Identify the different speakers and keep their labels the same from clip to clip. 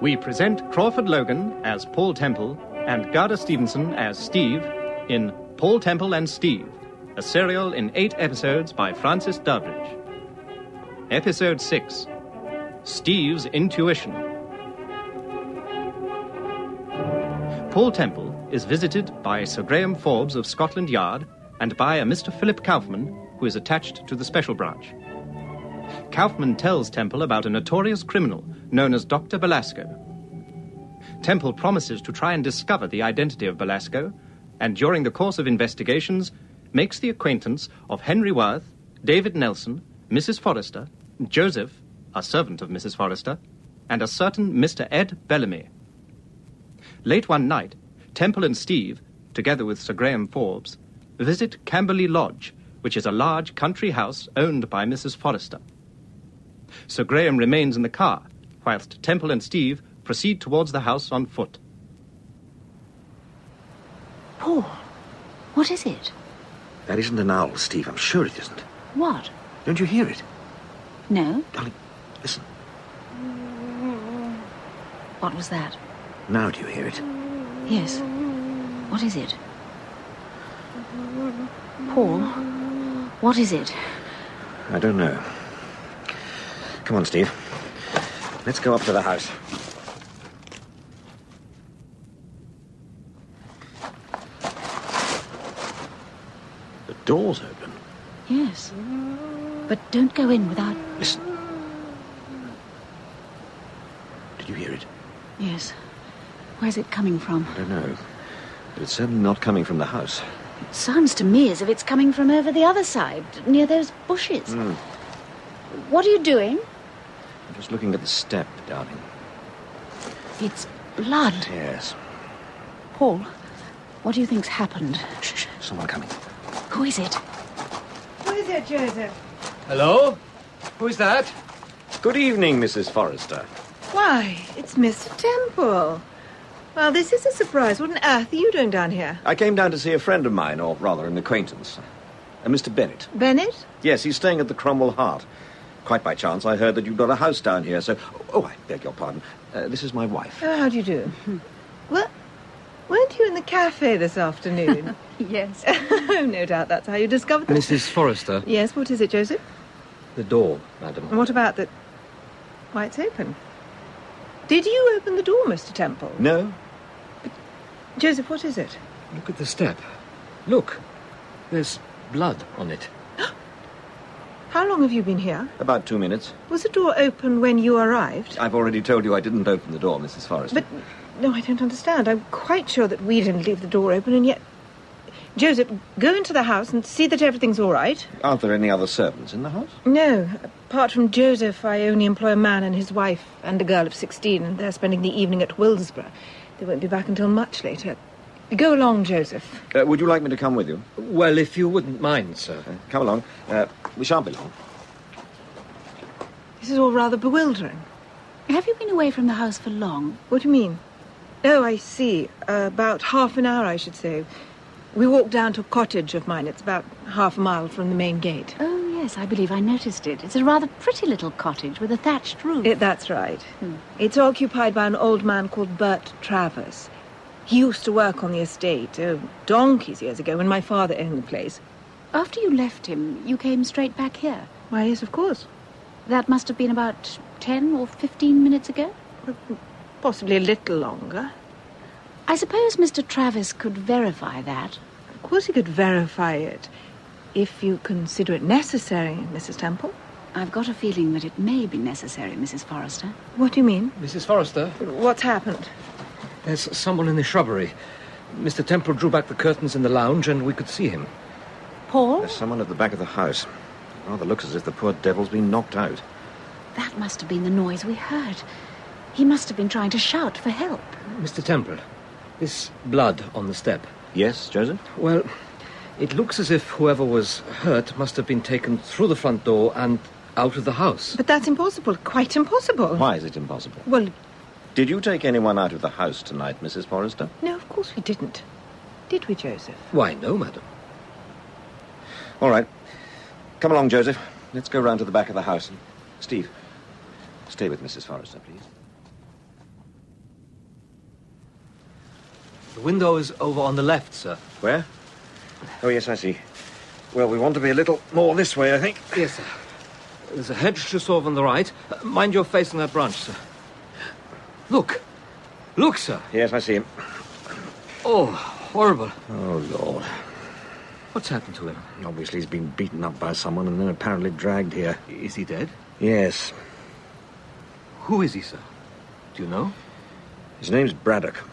Speaker 1: we present Crawford Logan as Paul Temple and Garda Stevenson as Steve in Paul Temple and Steve, a serial in eight episodes by Francis Doveridge. Episode 6 Steve's Intuition. Paul Temple is visited by Sir Graham Forbes of Scotland Yard and by a Mr. Philip Kaufman, who is attached to the special branch. Kaufman tells Temple about a notorious criminal known as Dr. Belasco. Temple promises to try and discover the identity of Belasco, and during the course of investigations, makes the acquaintance of Henry Worth, David Nelson, Mrs. Forrester, Joseph, a servant of Mrs. Forrester, and a certain Mr. Ed Bellamy. Late one night, Temple and Steve, together with Sir Graham Forbes, visit Camberley Lodge, which is a large country house owned by Mrs. Forrester. Sir Graham remains in the car, whilst Temple and Steve proceed towards the house on foot.
Speaker 2: Paul, what is it?
Speaker 3: That isn't an owl, Steve. I'm sure it isn't.
Speaker 2: What?
Speaker 3: Don't you hear it?
Speaker 2: No?
Speaker 3: Darling, listen.
Speaker 2: What was that?
Speaker 3: Now do you hear it?
Speaker 2: Yes. What is it? Paul, what is it?
Speaker 3: I don't know. Come on, Steve. Let's go up to the house. The door's open.
Speaker 2: Yes. But don't go in without.
Speaker 3: Listen. Did you hear it?
Speaker 2: Yes. Where's it coming from?
Speaker 3: I don't know. But it's certainly not coming from the house.
Speaker 2: It sounds to me as if it's coming from over the other side, near those bushes. What are you doing?
Speaker 3: Hmm. I'm just looking at the step, darling.
Speaker 2: It's blood.
Speaker 3: Yes.
Speaker 2: Paul, what do you think's happened?
Speaker 3: Shh, shh. Someone coming.
Speaker 2: Who is it?
Speaker 4: What is it, Joseph?
Speaker 5: Hello? Who's that?
Speaker 3: Good evening, Mrs. Forrester.
Speaker 4: Why, it's Miss Temple. Well, this is a surprise. What on earth are you doing down here?
Speaker 3: I came down to see a friend of mine, or rather an acquaintance, a Mr. Bennett.
Speaker 4: Bennett?
Speaker 3: Yes, he's staying at the Cromwell Heart. Quite by chance, I heard that you've got a house down here, so. Oh, I beg your pardon. Uh, this is my wife.
Speaker 4: Oh, how do you do? well, weren't you in the cafe this afternoon? Oh,
Speaker 2: Yes.
Speaker 4: no doubt that's how you discovered this.
Speaker 5: Mrs. Forrester.
Speaker 4: Yes, what is it, Joseph?
Speaker 3: The door, madam.
Speaker 4: And what about the... Why, it's open. Did you open the door, Mr. Temple?
Speaker 3: No?
Speaker 4: Joseph, what is it?
Speaker 5: Look at the step. Look. There's blood on it.
Speaker 4: How long have you been here?
Speaker 3: About two minutes.
Speaker 4: Was the door open when you arrived?
Speaker 3: I've already told you I didn't open the door, Mrs. Forrester.
Speaker 4: But no, I don't understand. I'm quite sure that we didn't leave the door open, and yet. Joseph, go into the house and see that everything's all right.
Speaker 3: Aren't there any other servants in the house?
Speaker 4: No, apart from Joseph, I only employ a man and his wife and a girl of 16, and they're spending the evening at Willsborough. They won't be back until much later. Go along, Joseph.
Speaker 3: Uh, would you like me to come with you?
Speaker 5: Well, if you wouldn't mind, sir.
Speaker 3: Come along. Uh, we shan't be long.
Speaker 4: This is all rather bewildering.
Speaker 2: Have you been away from the house for long?
Speaker 4: What do you mean? Oh, I see. Uh, about half an hour, I should say. We walked down to a cottage of mine. It's about half a mile from the main gate.
Speaker 2: Oh, yes, I believe I noticed it. It's a rather pretty little cottage with a thatched roof.
Speaker 4: It, that's right.
Speaker 3: Hmm.
Speaker 4: It's occupied by an old man called Bert Travers. He used to work on the estate oh, donkeys years ago when my father owned the place.
Speaker 2: After you left him, you came straight back here.
Speaker 4: Why, yes, of course.
Speaker 2: That must have been about 10 or 15 minutes ago.
Speaker 4: Possibly a little longer.
Speaker 2: I suppose Mr. Travis could verify that.
Speaker 4: Of course, you could verify it if you consider it necessary, Mrs. Temple.
Speaker 2: I've got a feeling that it may be necessary, Mrs. Forrester.
Speaker 4: What do you mean?
Speaker 5: Mrs. Forrester?
Speaker 4: What's happened?
Speaker 5: There's someone in the shrubbery. Mr. Temple drew back the curtains in the lounge and we could see him.
Speaker 2: Paul?
Speaker 3: There's someone at the back of the house. It rather looks as if the poor devil's been knocked out.
Speaker 2: That must have been the noise we heard. He must have been trying to shout for help.
Speaker 5: Mr. Temple, this blood on the step.
Speaker 3: Yes, Joseph?
Speaker 5: Well, it looks as if whoever was hurt must have been taken through the front door and out of the house.
Speaker 4: But that's impossible. Quite impossible.
Speaker 3: Why is it impossible?
Speaker 4: Well,
Speaker 3: Did you take anyone out of the house tonight, Mrs. Forrester?
Speaker 4: no, of course we didn't. Did we, Joseph?
Speaker 5: Why, no, madam.
Speaker 3: All right. Come along, Joseph. Let's go round to the back of the house. Steve, stay with Mrs. Forrester, please.
Speaker 6: The window is over on the left, sir.
Speaker 3: Where? Oh, yes, I see. Well, we want to be a little more this way, I think.
Speaker 6: Yes, sir. There's a hedge just over on the right. Uh, Mind you're facing that branch, sir. Look. Look, sir.
Speaker 3: Yes, I see him.
Speaker 6: Oh, horrible.
Speaker 3: Oh, Lord.
Speaker 6: What's happened to him?
Speaker 3: Obviously, he's been beaten up by someone and then apparently dragged here.
Speaker 6: Is he dead?
Speaker 3: Yes.
Speaker 6: Who is he, sir? Do you know?
Speaker 3: His name's Braddock.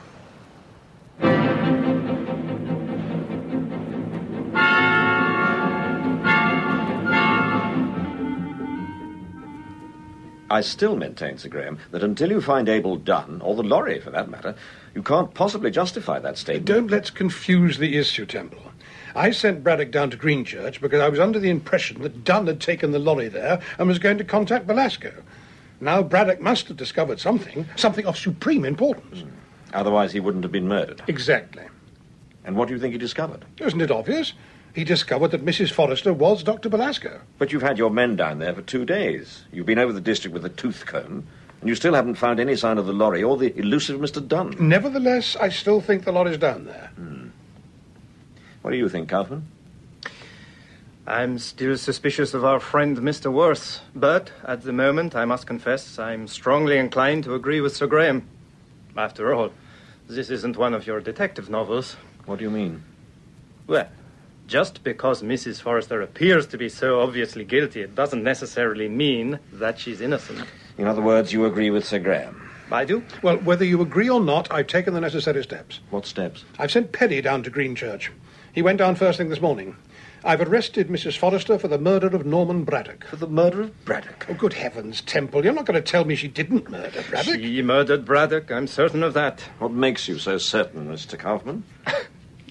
Speaker 3: I still maintain, Sir Graham, that until you find Abel Dunn, or the lorry for that matter, you can't possibly justify that statement.
Speaker 7: Don't let's confuse the issue, Temple. I sent Braddock down to Greenchurch because I was under the impression that Dunn had taken the lorry there and was going to contact Velasco. Now Braddock must have discovered something, something of supreme importance.
Speaker 3: Otherwise, he wouldn't have been murdered.
Speaker 7: Exactly.
Speaker 3: And what do you think he discovered?
Speaker 7: Isn't it obvious? He discovered that Mrs. Forrester was Dr. Velasco.
Speaker 3: But you've had your men down there for two days. You've been over the district with a tooth comb, and you still haven't found any sign of the lorry or the elusive Mr. Dunn. Hmm.
Speaker 7: Nevertheless, I still think the lorry's down there.
Speaker 3: What do you think, Kaufman?
Speaker 1: I'm still suspicious of our friend Mr. Worth, but at the moment, I must confess, I'm strongly inclined to agree with Sir Graham. After all, this isn't one of your detective novels.
Speaker 3: What do you mean?
Speaker 1: Well, just because Mrs. Forrester appears to be so obviously guilty, it doesn't necessarily mean that she's innocent.
Speaker 3: In other words, you agree with Sir Graham.
Speaker 1: I do.
Speaker 7: Well, whether you agree or not, I've taken the necessary steps.
Speaker 3: What steps?
Speaker 7: I've sent Penny down to Greenchurch. He went down first thing this morning. I've arrested Mrs. Forrester for the murder of Norman Braddock.
Speaker 3: For the murder of Braddock.
Speaker 7: Oh, good heavens, Temple, you're not going to tell me she didn't murder Braddock.
Speaker 1: She murdered Braddock, I'm certain of that.
Speaker 3: What makes you so certain, Mr. Kaufman?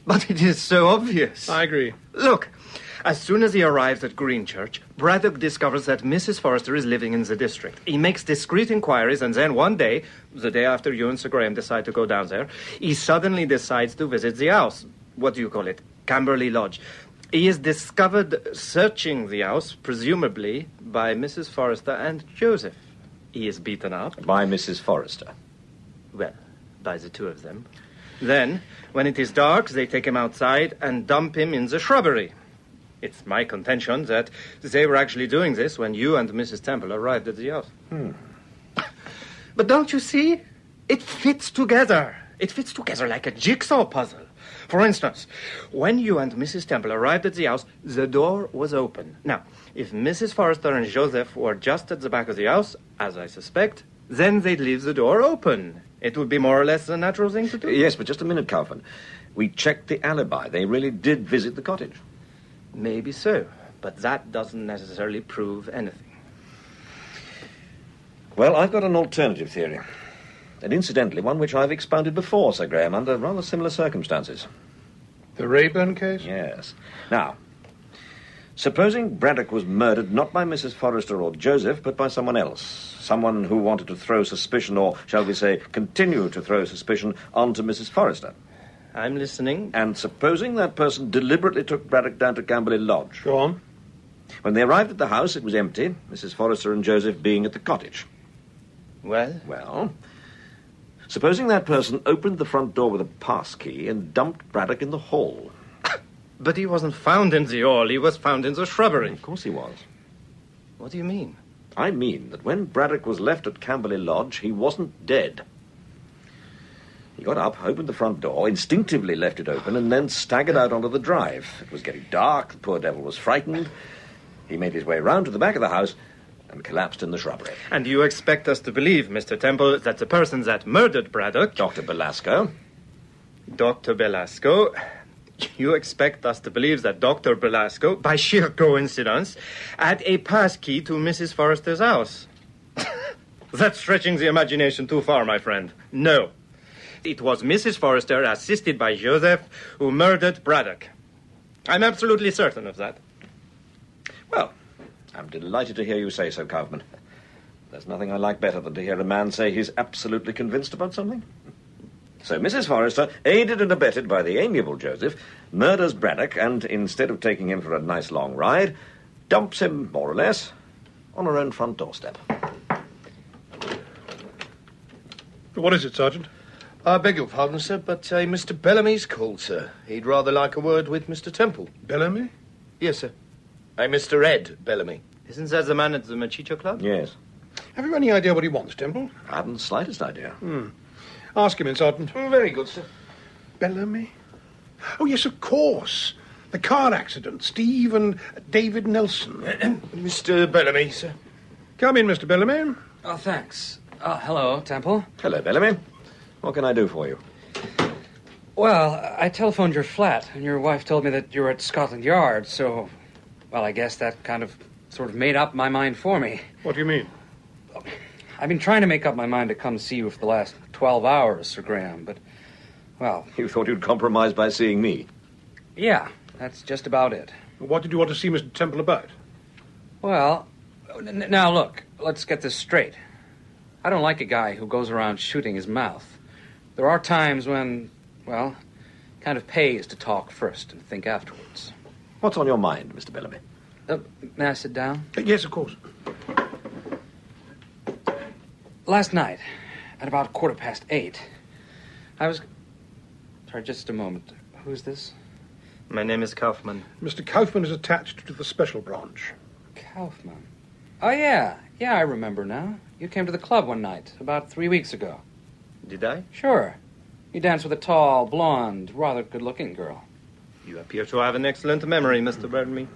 Speaker 1: But it is so obvious.
Speaker 7: I agree.
Speaker 1: Look, as soon as he arrives at Greenchurch, Braddock discovers that Mrs. Forrester is living in the district. He makes discreet inquiries, and then one day, the day after you and Sir Graham decide to go down there, he suddenly decides to visit the house. What do you call it? Camberley Lodge. He is discovered searching the house, presumably by Mrs. Forrester and Joseph. He is beaten up.
Speaker 3: By Mrs. Forrester.
Speaker 1: Well, by the two of them. Then, when it is dark, they take him outside and dump him in the shrubbery. It's my contention that they were actually doing this when you and Mrs. Temple arrived at the house.
Speaker 8: Hmm.
Speaker 1: but don't you see? It fits together. It fits together like a jigsaw puzzle. For instance, when you and Mrs. Temple arrived at the house, the door was open. Now, if Mrs. Forrester and Joseph were just at the back of the house, as I suspect, then they'd leave the door open. It would be more or less the natural thing to do.
Speaker 3: Yes, but just a minute, Kaufman. We checked the alibi. They really did visit the cottage.
Speaker 1: Maybe so, but that doesn't necessarily prove anything.
Speaker 3: Well, I've got an alternative theory. And incidentally, one which I've expounded before, Sir Graham, under rather similar circumstances.
Speaker 7: The Rayburn case?
Speaker 3: Yes. Now, supposing Braddock was murdered not by Mrs. Forrester or Joseph, but by someone else. Someone who wanted to throw suspicion, or shall we say, continue to throw suspicion, onto Mrs. Forrester.
Speaker 1: I'm listening.
Speaker 3: And supposing that person deliberately took Braddock down to Camberley Lodge.
Speaker 7: Go on.
Speaker 3: When they arrived at the house, it was empty, Mrs. Forrester and Joseph being at the cottage.
Speaker 1: Well,
Speaker 3: Well, supposing that person opened the front door with a pass key and dumped Braddock in the hall.
Speaker 1: but he wasn't found in the hall. He was found in the shrubbery.
Speaker 3: Of course he was.
Speaker 1: What do you mean?
Speaker 3: I mean that when Braddock was left at Camberley Lodge, he wasn't dead. He got up, opened the front door, instinctively left it open, and then staggered out onto the drive. It was getting dark, the poor devil was frightened. He made his way round to the back of the house and collapsed in the shrubbery.
Speaker 1: And you expect us to believe, Mr. Temple, that the person that murdered Braddock,
Speaker 3: Dr. Belasco,
Speaker 1: Dr. Belasco, you expect us to believe that Dr. Belasco, by sheer coincidence, had a pass key to Mrs. Forrester's house. That's stretching the imagination too far, my friend. No. It was Mrs. Forrester, assisted by Joseph, who murdered Braddock. I'm absolutely certain of that.
Speaker 3: Well, I'm delighted to hear you say so, Kaufman. There's nothing I like better than to hear a man say he's absolutely convinced about something. So Mrs. Forrester, aided and abetted by the amiable Joseph, murders Braddock and, instead of taking him for a nice long ride, dumps him, more or less, on her own front doorstep.
Speaker 7: What is it, Sergeant?
Speaker 8: I beg your pardon, sir, but uh, Mr. Bellamy's called, sir. He'd rather like a word with Mr. Temple.
Speaker 7: Bellamy?
Speaker 8: Yes, sir. Hey, Mr. Ed Bellamy.
Speaker 1: Isn't that the man at the Machicho Club?
Speaker 3: Yes.
Speaker 7: Have you any idea what he wants, Temple? Hmm.
Speaker 3: I haven't the slightest idea.
Speaker 7: Ask him, Sergeant.
Speaker 8: very good, sir.
Speaker 7: Bellamy? Oh, yes, of course. The car accident. Steve and David Nelson.
Speaker 8: Mr. Bellamy, sir.
Speaker 7: Come in, Mr. Bellamy.
Speaker 6: Oh, thanks. Oh, hello, Temple.
Speaker 3: Hello, Bellamy. What can I do for you?
Speaker 6: Well, I telephoned your flat, and your wife told me that you were at Scotland Yard, so. Well, I guess that kind of sort of made up my mind for me.
Speaker 7: What do you mean?
Speaker 6: I've been trying to make up my mind to come see you for the last 12 hours, Sir Graham, but. Well,
Speaker 3: You thought you'd compromise by seeing me.
Speaker 6: yeah, that's just about it.
Speaker 7: What did you want to see Mr. Temple about?
Speaker 6: Well, n- now look, let's get this straight. I don't like a guy who goes around shooting his mouth. There are times when, well, it kind of pays to talk first and think afterwards.
Speaker 3: What's on your mind, Mr. Bellamy?
Speaker 6: Uh, may I sit down?
Speaker 7: Uh, yes, of course.
Speaker 6: Last night, at about quarter past eight, I was. Sorry, just a moment. Who's this?
Speaker 1: My name is Kaufman.
Speaker 7: Mr. Kaufman is attached to the special branch.
Speaker 6: Kaufman. Oh, yeah. Yeah, I remember now. You came to the club one night, about three weeks ago.
Speaker 1: Did I?
Speaker 6: Sure. You danced with a tall, blonde, rather good looking girl.
Speaker 1: You appear to have an excellent memory, Mr. Bellamy.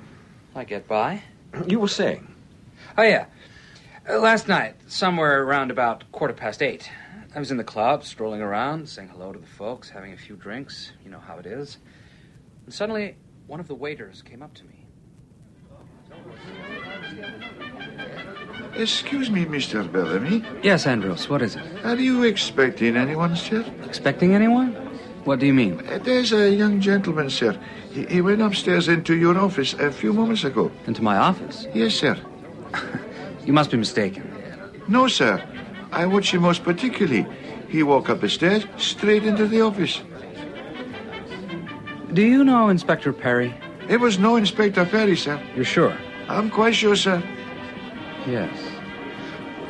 Speaker 6: I get by.
Speaker 3: You were saying.
Speaker 6: Oh, yeah. Uh, last night, somewhere around about quarter past eight, I was in the club, strolling around, saying hello to the folks, having a few drinks. You know how it is. And suddenly, one of the waiters came up to me.
Speaker 9: Excuse me, Mr. Bellamy.
Speaker 6: Yes, Andros, what is it?
Speaker 9: Are you expecting anyone, sir?
Speaker 6: Expecting anyone? What do you mean?
Speaker 9: Uh, There's a young gentleman, sir. He, he went upstairs into your office a few moments ago.
Speaker 6: Into my office?
Speaker 9: Yes, sir.
Speaker 6: You must be mistaken.
Speaker 9: No, sir. I watch him most particularly. He walked up the stairs straight into the office.
Speaker 6: Do you know Inspector Perry?
Speaker 9: It was no Inspector Perry, sir.
Speaker 6: You're sure?
Speaker 9: I'm quite sure, sir.
Speaker 6: Yes.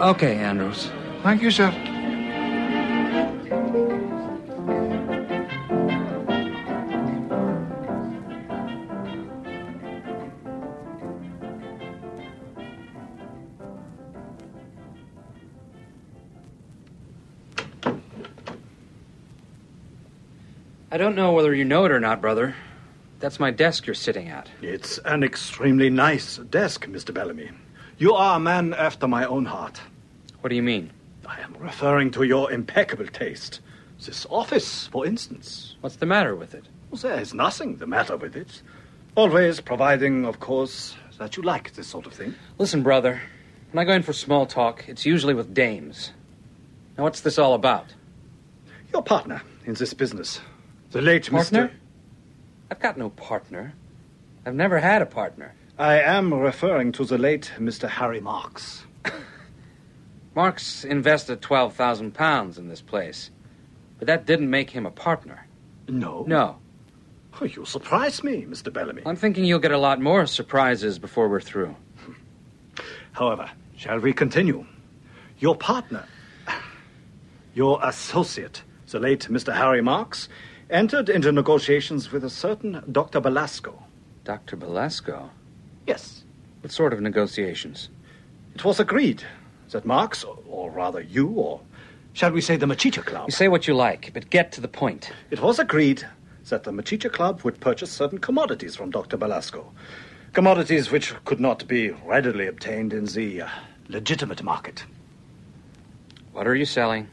Speaker 6: Okay, Andros.
Speaker 9: Thank you, sir.
Speaker 6: I don't know whether you know it or not, brother. That's my desk you're sitting at.
Speaker 10: It's an extremely nice desk, Mr. Bellamy. You are a man after my own heart.
Speaker 6: What do you mean?
Speaker 10: I am referring to your impeccable taste. This office, for instance.
Speaker 6: What's the matter with it?
Speaker 10: There is nothing the matter with it. Always providing, of course, that you like this sort of thing.
Speaker 6: Listen, brother. When I go in for small talk, it's usually with dames. Now, what's this all about?
Speaker 10: Your partner in this business, the late
Speaker 6: Partner?
Speaker 10: Mr.
Speaker 6: I've got no partner. I've never had a partner.
Speaker 10: I am referring to the late Mr. Harry Marks.
Speaker 6: Marks invested 12,000 pounds in this place, but that didn't make him a partner.
Speaker 10: No.
Speaker 6: No.
Speaker 10: Oh, you surprise me, Mr. Bellamy.
Speaker 6: I'm thinking you'll get a lot more surprises before we're through.
Speaker 10: However, shall we continue? Your partner, your associate, the late Mr. Harry Marks, entered into negotiations with a certain Dr. Belasco.
Speaker 6: Dr. Belasco?
Speaker 10: Yes.
Speaker 6: What sort of negotiations?
Speaker 10: It was agreed that Marks, or rather you, or shall we say the Machicha Club,
Speaker 6: You say what you like, but get to the point.
Speaker 10: it was agreed that the Machicha Club would purchase certain commodities from Dr. Belasco. Commodities which could not be readily obtained in the uh, legitimate market.
Speaker 6: What are you selling?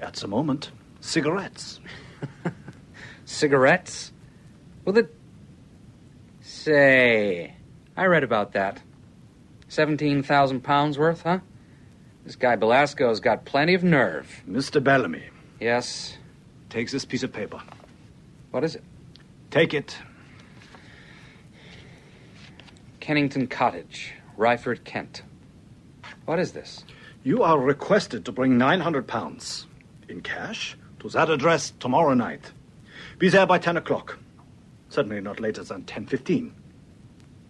Speaker 10: At the moment, cigarettes.
Speaker 6: Cigarettes? Well, the. Say, I read about that. 17,000 pounds worth, huh? This guy Belasco's got plenty of nerve.
Speaker 10: Mr. Bellamy,
Speaker 6: Yes.
Speaker 10: Take this piece of paper.
Speaker 6: What is it?
Speaker 10: Take it.
Speaker 6: Kennington Cottage, Ryford, Kent. What is this?
Speaker 10: You are requested to bring 900 pounds in cash to that address tomorrow night. Be there by 10 o'clock. Certainly not later than 10:15.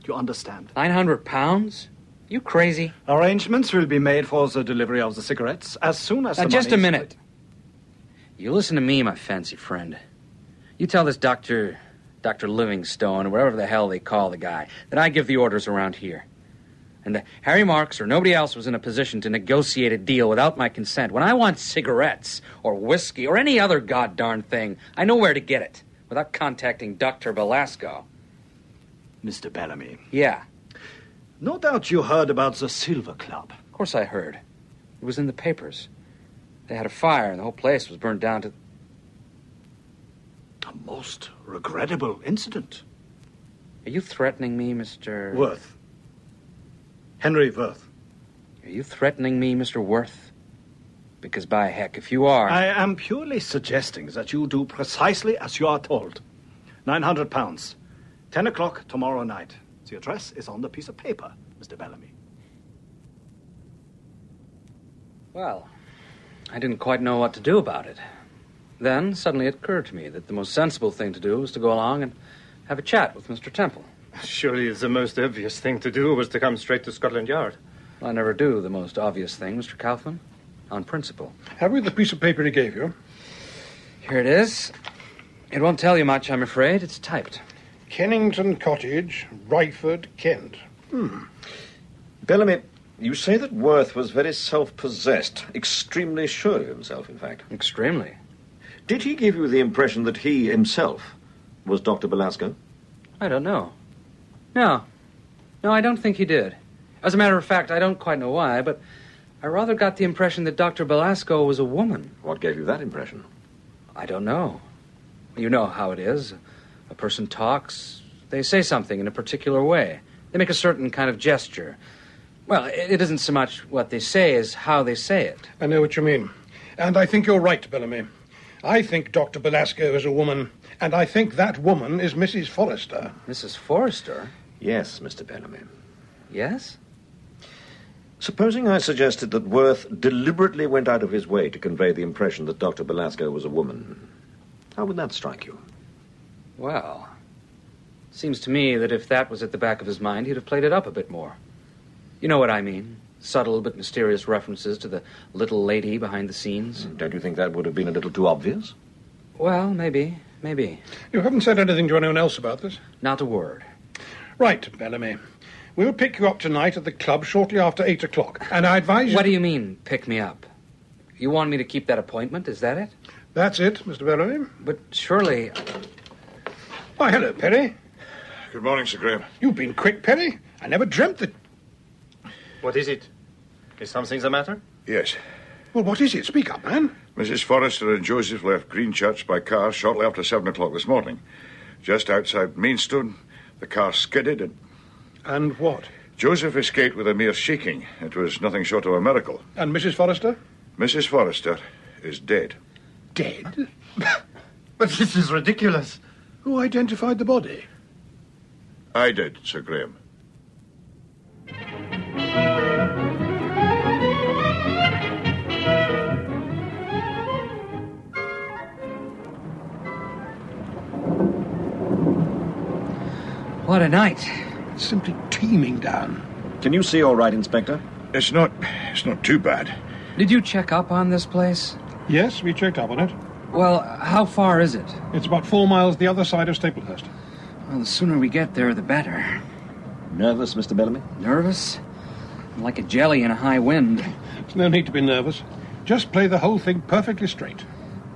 Speaker 10: You understand?
Speaker 6: 900 pounds? You crazy?
Speaker 10: Arrangements will be made for the delivery of the cigarettes as soon as
Speaker 6: Now,
Speaker 10: the
Speaker 6: just a
Speaker 10: money is-
Speaker 6: minute. You listen to me, my fancy friend. You tell this doctor, Dr. Livingstone, or whatever the hell they call the guy, that I give the orders around here. And that Harry Marks or nobody else was in a position to negotiate a deal without my consent. When I want cigarettes or whiskey or any other goddarn thing, I know where to get it without contacting Dr. Belasco.
Speaker 10: Mr. Bellamy.
Speaker 6: Yeah.
Speaker 10: No doubt you heard about the Silver Club.
Speaker 6: Of course I heard. It was in the papers. They had a fire and the whole place was burned down to.
Speaker 10: A most regrettable incident.
Speaker 6: Are you threatening me, Mr.
Speaker 10: Worth. Henry Worth.
Speaker 6: Are you threatening me, Mr. Worth? Because by heck, if you are.
Speaker 10: I am purely suggesting that you do precisely as you are told. 900 pounds. 10 o'clock tomorrow night. The address is on the piece of paper, Mr. Bellamy.
Speaker 6: Well, I didn't quite know what to do about it. Then suddenly it occurred to me that the most sensible thing to do was to go along and have a chat with Mr. Temple.
Speaker 1: Surely the most obvious thing to do was to come straight to Scotland Yard.
Speaker 6: I never do the most obvious thing, Mr. Kaufman, on principle.
Speaker 7: Have we the piece of paper he gave you?
Speaker 6: Here it is. It won't tell you much, I'm afraid. It's typed.
Speaker 7: Kennington Cottage, Ryford, Kent.
Speaker 3: Hmm. Bellamy, you say that Worth was very self possessed, extremely sure of himself, in fact.
Speaker 6: Extremely.
Speaker 3: Did he give you the impression that he himself was Dr. Belasco?
Speaker 6: I don't know. No. No, I don't think he did. As a matter of fact, I don't quite know why, but I rather got the impression that Dr. Belasco was a woman.
Speaker 3: What gave you that impression?
Speaker 6: I don't know. You know how it is. A person talks, they say something in a particular way, they make a certain kind of gesture. Well, i- it isn't so much what they say as how they say it.
Speaker 7: I know what you mean. And I think you're right, Bellamy. I think Dr. Belasco is a woman, and I think that woman is Mrs. Forrester.
Speaker 6: Mrs. Forrester?
Speaker 3: Yes, Mr. Bellamy.
Speaker 6: Yes?
Speaker 3: Supposing I suggested that Worth deliberately went out of his way to convey the impression that Dr. Belasco was a woman, how would that strike you?
Speaker 6: Well, seems to me that if that was at the back of his mind, he'd have played it up a bit more. You know what I mean? Subtle but mysterious references to the little lady behind the scenes.
Speaker 3: Mm, Don't you think that would have been a little too obvious?
Speaker 6: Well, maybe, maybe.
Speaker 7: You haven't said anything to anyone else about this?
Speaker 6: Not a word.
Speaker 7: Right, Bellamy. We'll pick you up tonight at the club shortly after eight o'clock, and I advise you.
Speaker 6: What do you mean, pick me up? You want me to keep that appointment, is that it?
Speaker 7: That's it, Mr. Bellamy.
Speaker 6: But surely.
Speaker 7: Why, hello, Perry.
Speaker 9: Good morning, Sir Graham.
Speaker 7: You've been quick, Perry. I never dreamt that.
Speaker 1: What is it? Is something the matter?
Speaker 9: Yes.
Speaker 7: Well, what is it? Speak up, man.
Speaker 9: Mrs. Forrester and Joseph left Greenchurch by car shortly after seven o'clock this morning. Just outside Mainstone, the car skidded and
Speaker 7: And what?
Speaker 9: Joseph escaped with a mere shaking. It was nothing short of a miracle.
Speaker 7: And Mrs. Forrester?
Speaker 9: Mrs. Forrester is dead.
Speaker 7: Dead?
Speaker 8: But this is ridiculous.
Speaker 7: Who identified the body?
Speaker 9: I did, Sir Graham.
Speaker 6: What a night.
Speaker 7: It's simply teeming down.
Speaker 3: Can you see all right, Inspector?
Speaker 9: It's not. It's not too bad.
Speaker 6: Did you check up on this place?
Speaker 7: Yes, we checked up on it.
Speaker 6: Well, how far is it?
Speaker 7: It's about four miles the other side of Staplehurst.
Speaker 6: Well, the sooner we get there, the better.
Speaker 3: Nervous, Mr. Bellamy?
Speaker 6: Nervous? I'm like a jelly in a high wind.
Speaker 7: There's no need to be nervous. Just play the whole thing perfectly straight.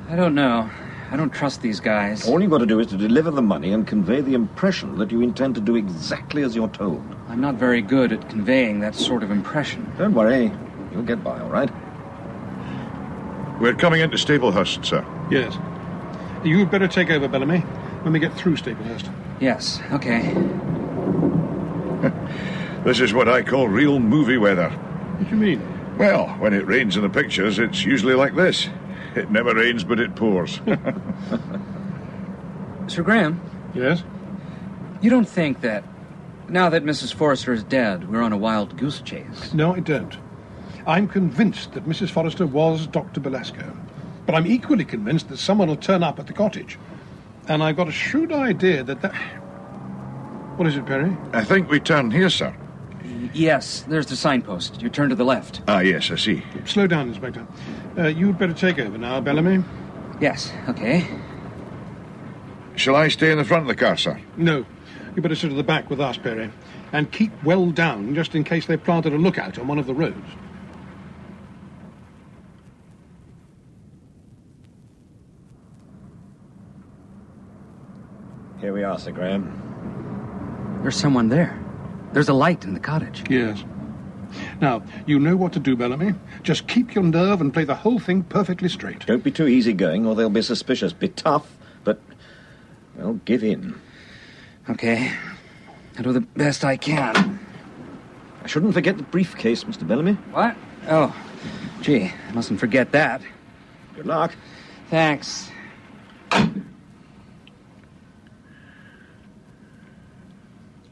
Speaker 6: I don't know. I don't trust these guys.
Speaker 3: All you've got to do is to deliver the money and convey the impression that you intend to do exactly as you're told.
Speaker 6: I'm not very good at conveying that sort of impression.
Speaker 3: Don't worry, you'll get by, all right?
Speaker 9: We're coming into Staplehurst, sir.
Speaker 7: Yes. You'd better take over, Bellamy, when we get through Staplehurst.
Speaker 6: Yes, okay.
Speaker 9: This is what I call real movie weather.
Speaker 7: What do you mean?
Speaker 9: Well, when it rains in the pictures, it's usually like this. It never rains, but it pours.
Speaker 6: Sir Graham,
Speaker 7: Yes?
Speaker 6: you don't think that now that Mrs. Forrester is dead, we're on a wild goose chase?
Speaker 7: No, I don't. I'm convinced that Mrs. Forrester was Dr. Belasco. But I'm equally convinced that someone will turn up at the cottage. And I've got a shrewd idea that that. What is it, Perry?
Speaker 9: I think we turn here, sir.
Speaker 6: Yes, there's the signpost. You turn to the left.
Speaker 9: Ah, yes, I see.
Speaker 7: Slow down, Inspector. Uh, you'd better take over now, Bellamy.
Speaker 6: Yes, okay.
Speaker 9: Shall I stay in the front of the car, sir?
Speaker 7: No. You better sit at the back with us, Perry. And keep well down just in case they've planted a lookout on one of the roads.
Speaker 3: Here we are, Sir Graham.
Speaker 6: There's someone there. There's a light in the cottage.
Speaker 7: Yes. Now, you know what to do, Bellamy. Just keep your nerve and play the whole thing perfectly straight.
Speaker 3: Don't be too easygoing, or they'll be suspicious. Be tough, but. Well, give in.
Speaker 6: Okay. I'll do the best I can.
Speaker 3: I shouldn't forget the briefcase, Mr. Bellamy.
Speaker 6: What? Oh, gee, I mustn't forget that.
Speaker 3: Good luck.
Speaker 6: Thanks.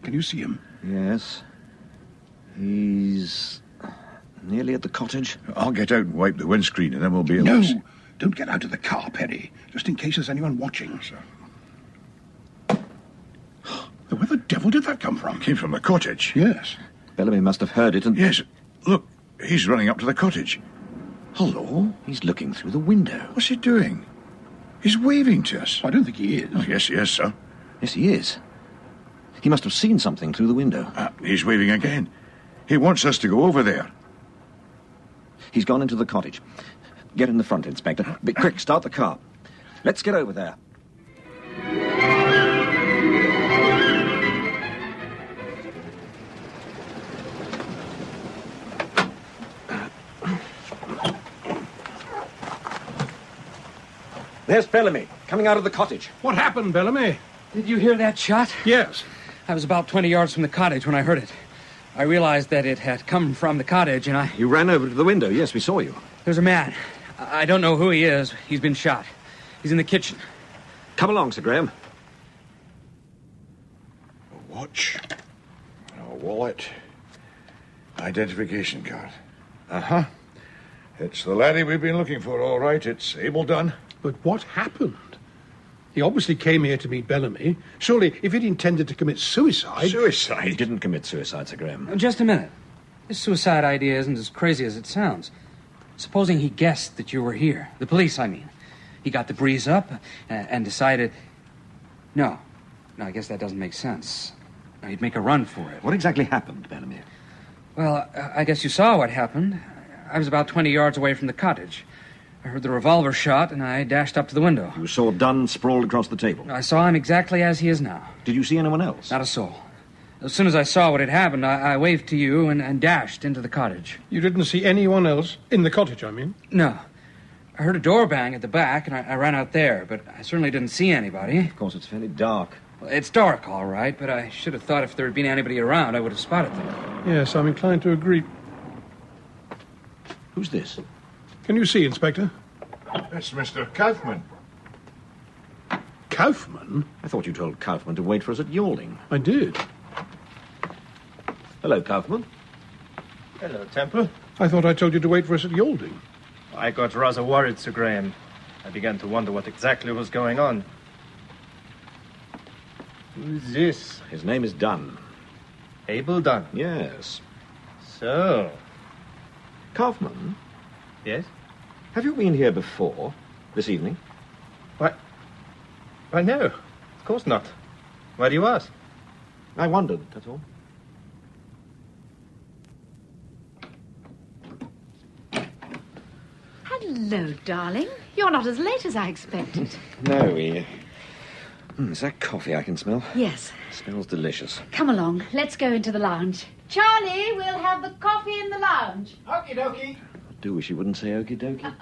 Speaker 7: Can you see him?
Speaker 3: Yes. He's nearly at the cottage.
Speaker 9: I'll get out and wipe the windscreen, and then we'll be in
Speaker 7: No!
Speaker 9: this.
Speaker 7: Don't get out of the car, Perry, just in case there's anyone watching. Sir. Where the devil did that come from?
Speaker 9: Came from the cottage.
Speaker 7: Yes.
Speaker 3: Bellamy must have heard it and.
Speaker 9: Yes. Look, he's running up to the cottage. Hello?
Speaker 3: He's looking through the window.
Speaker 9: What's he doing? He's waving to us.
Speaker 7: I don't think he is.
Speaker 9: Oh, yes, yes, sir.
Speaker 3: Yes, he is. He must have seen something through the window.
Speaker 9: Ah, he's waving again. He wants us to go over there.
Speaker 3: He's gone into the cottage. Get in the front, Inspector. Be quick, start the car. Let's get over there. There's Bellamy coming out of the cottage.
Speaker 7: What happened, Bellamy?
Speaker 6: Did you hear that shot?
Speaker 7: Yes.
Speaker 6: I was about 20 yards from the cottage when I heard it. I realized that it had come from the cottage, and I.
Speaker 3: You ran over to the window. Yes, we saw you.
Speaker 6: There's a man. I I don't know who he is. He's been shot. He's in the kitchen.
Speaker 3: Come along, Sir Graham.
Speaker 9: A watch, a wallet, identification card. Uh
Speaker 3: Uh-huh.
Speaker 9: huh. It's the laddie we've been looking for, all right. It's Abel Dunn.
Speaker 7: But what happened? He obviously came here to meet Bellamy. Surely, if he'd intended to commit suicide.
Speaker 3: He
Speaker 9: Suicide?
Speaker 3: didn't commit suicide, Sir Graham.
Speaker 6: Uh, Just a minute. This suicide idea isn't as crazy as it sounds. Supposing he guessed that you were here, the police, I mean. He got the breeze up uh, and decided. No. No, I guess that doesn't make sense. Now, He'd make a run for it.
Speaker 3: What exactly happened, Bellamy?
Speaker 6: Well, uh, I- I guess you saw what happened. I was about 20 yards away from the cottage. I heard the revolver shot, and I dashed up to the window.
Speaker 3: You saw Dunn sprawled across the table.
Speaker 6: I saw him exactly as he is now.
Speaker 3: Did you see anyone else?
Speaker 6: Not a soul. As soon as I saw what had happened, I, I waved to you and, and dashed into the cottage.
Speaker 7: You didn't see anyone else? In the cottage, I mean.
Speaker 6: No. I heard a door bang at the back, and I, I ran out there, but I certainly didn't see anybody.
Speaker 3: Of course, it's fairly dark.
Speaker 6: Well, It's dark, all right, but I should have thought if there had been anybody around, I would have spotted them.
Speaker 7: Yes, I'm inclined to agree.
Speaker 3: Who's this?
Speaker 7: Can you see, Inspector?
Speaker 9: That's Mr. Kaufman.
Speaker 7: Kaufman?
Speaker 3: I thought you told Kaufman to wait for us at Yawling.
Speaker 7: I did.
Speaker 3: Hello, Kaufman.
Speaker 1: Hello, Temple.
Speaker 7: I thought I told you to wait for us at Yalding.
Speaker 1: I got rather worried, Sir Graham. I began to wonder what exactly was going on. Who's this?
Speaker 3: His name is Dunn.
Speaker 1: Abel Dunn.
Speaker 3: Yes.
Speaker 1: So,
Speaker 3: Kaufman,
Speaker 1: yes?
Speaker 3: have you been here before this evening?
Speaker 1: Why? Why, no. Of course not. Why do you ask?
Speaker 3: I wondered, that's all.
Speaker 2: Hello, darling. You're not as late as I expected.
Speaker 3: No, we. Hmm, is that coffee I can smell?
Speaker 2: yes.
Speaker 3: Smells delicious.
Speaker 2: Come along. Let's go into the lounge. Charlie, we'll have the coffee in the lounge.
Speaker 3: I do wish you wouldn't say okie dokie.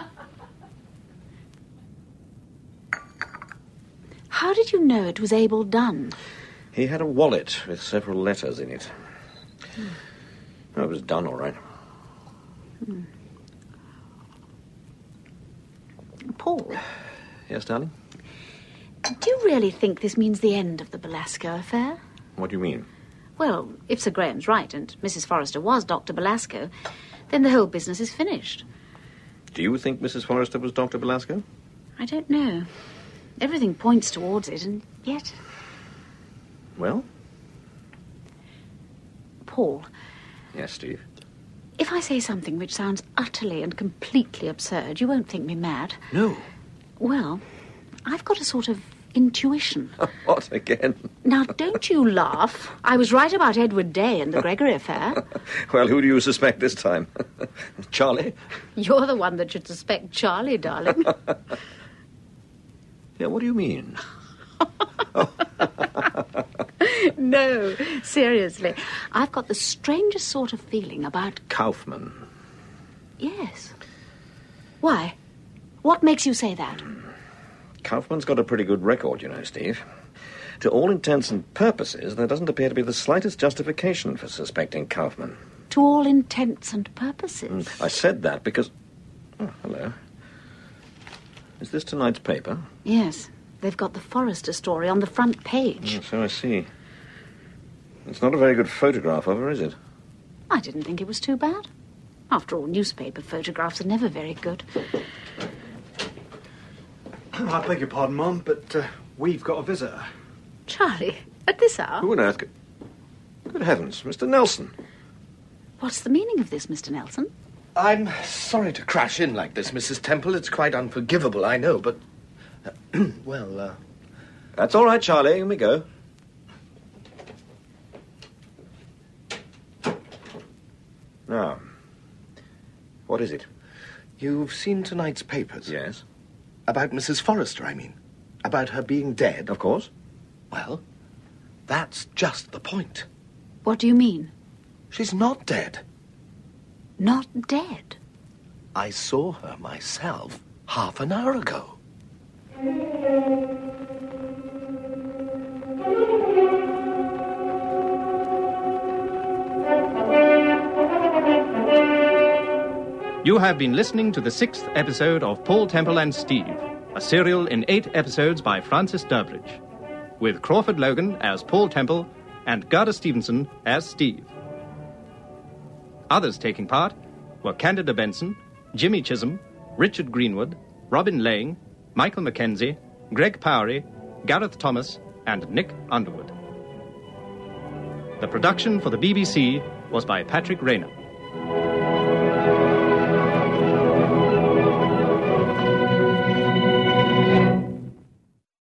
Speaker 2: How did you know it was Abel Dunn?
Speaker 3: he had a wallet with several letters in it. Oh, it was Dunn, all right.
Speaker 2: Hmm. Paul,
Speaker 3: Yes, darling?
Speaker 2: do you really think this means the end of the Belasco affair?
Speaker 3: What do you mean?
Speaker 2: Well, if Sir Graham's right and Mrs. Forrester was Dr. Belasco, then the whole business is finished.
Speaker 3: Do you think Mrs. Forrester was Dr. Belasco?
Speaker 2: I don't know. Everything points towards it, and yet,
Speaker 3: Well?
Speaker 2: Paul,
Speaker 3: Yes, Steve.
Speaker 2: if I say something which sounds utterly and completely absurd, you won't think me mad.
Speaker 3: No.
Speaker 2: Well, I've got a sort of intuition.
Speaker 3: What again?
Speaker 2: Now, don't you laugh. I was right about Edward Day and the Gregory affair.
Speaker 3: Well, who do you suspect this time? Charlie?
Speaker 2: You're the one that should suspect Charlie, darling.
Speaker 3: Yeah, what do you mean?
Speaker 2: no, seriously. I've got the strangest sort of feeling about.
Speaker 3: Kaufman.
Speaker 2: Yes. Why? What makes you say that?
Speaker 3: Kaufman's got a pretty good record, you know, Steve. To all intents and purposes, there doesn't appear to be the slightest justification for suspecting Kaufman.
Speaker 2: To all intents and purposes.
Speaker 3: I said that because. Oh, hello. Is this tonight's paper?
Speaker 2: Yes. They've got the Forrester story on the front page.
Speaker 3: so I see. It's not a very good photograph of her, is it?
Speaker 2: I didn't think it was too bad. After all, newspaper photographs are never very good.
Speaker 10: Oh, I beg your pardon, Mom, but uh, we've got a visitor.
Speaker 2: Charlie, at this hour?
Speaker 3: Who on earth could. Good heavens, Mr. Nelson.
Speaker 2: What's the meaning of this, Mr. Nelson?
Speaker 8: I'm sorry to crash in like this, Mrs. Temple. It's quite unforgivable, I know, but. well, uh,
Speaker 3: That's all right, Charlie. In we go. Now, what is it?
Speaker 8: you've seen tonight's papers.
Speaker 3: Yes.
Speaker 8: About Mrs. Forrester, I mean. About her being dead.
Speaker 3: Of course.
Speaker 8: Well, that's just the point.
Speaker 2: What do you mean?
Speaker 8: She's not dead.
Speaker 2: Not dead?
Speaker 8: I saw her myself half an hour ago.
Speaker 1: You have been listening to the sixth episode of Paul Temple and Steve, a serial in eight episodes by Francis Durbridge, with Crawford Logan as Paul Temple and Gerda Stevenson as Steve. Others taking part were Candida Benson, Jimmy Chisholm, Richard Greenwood, Robin Lang, Michael Mackenzie, Greg Powery, Gareth Thomas, and Nick Underwood. The production for the BBC was by Patrick Rayner.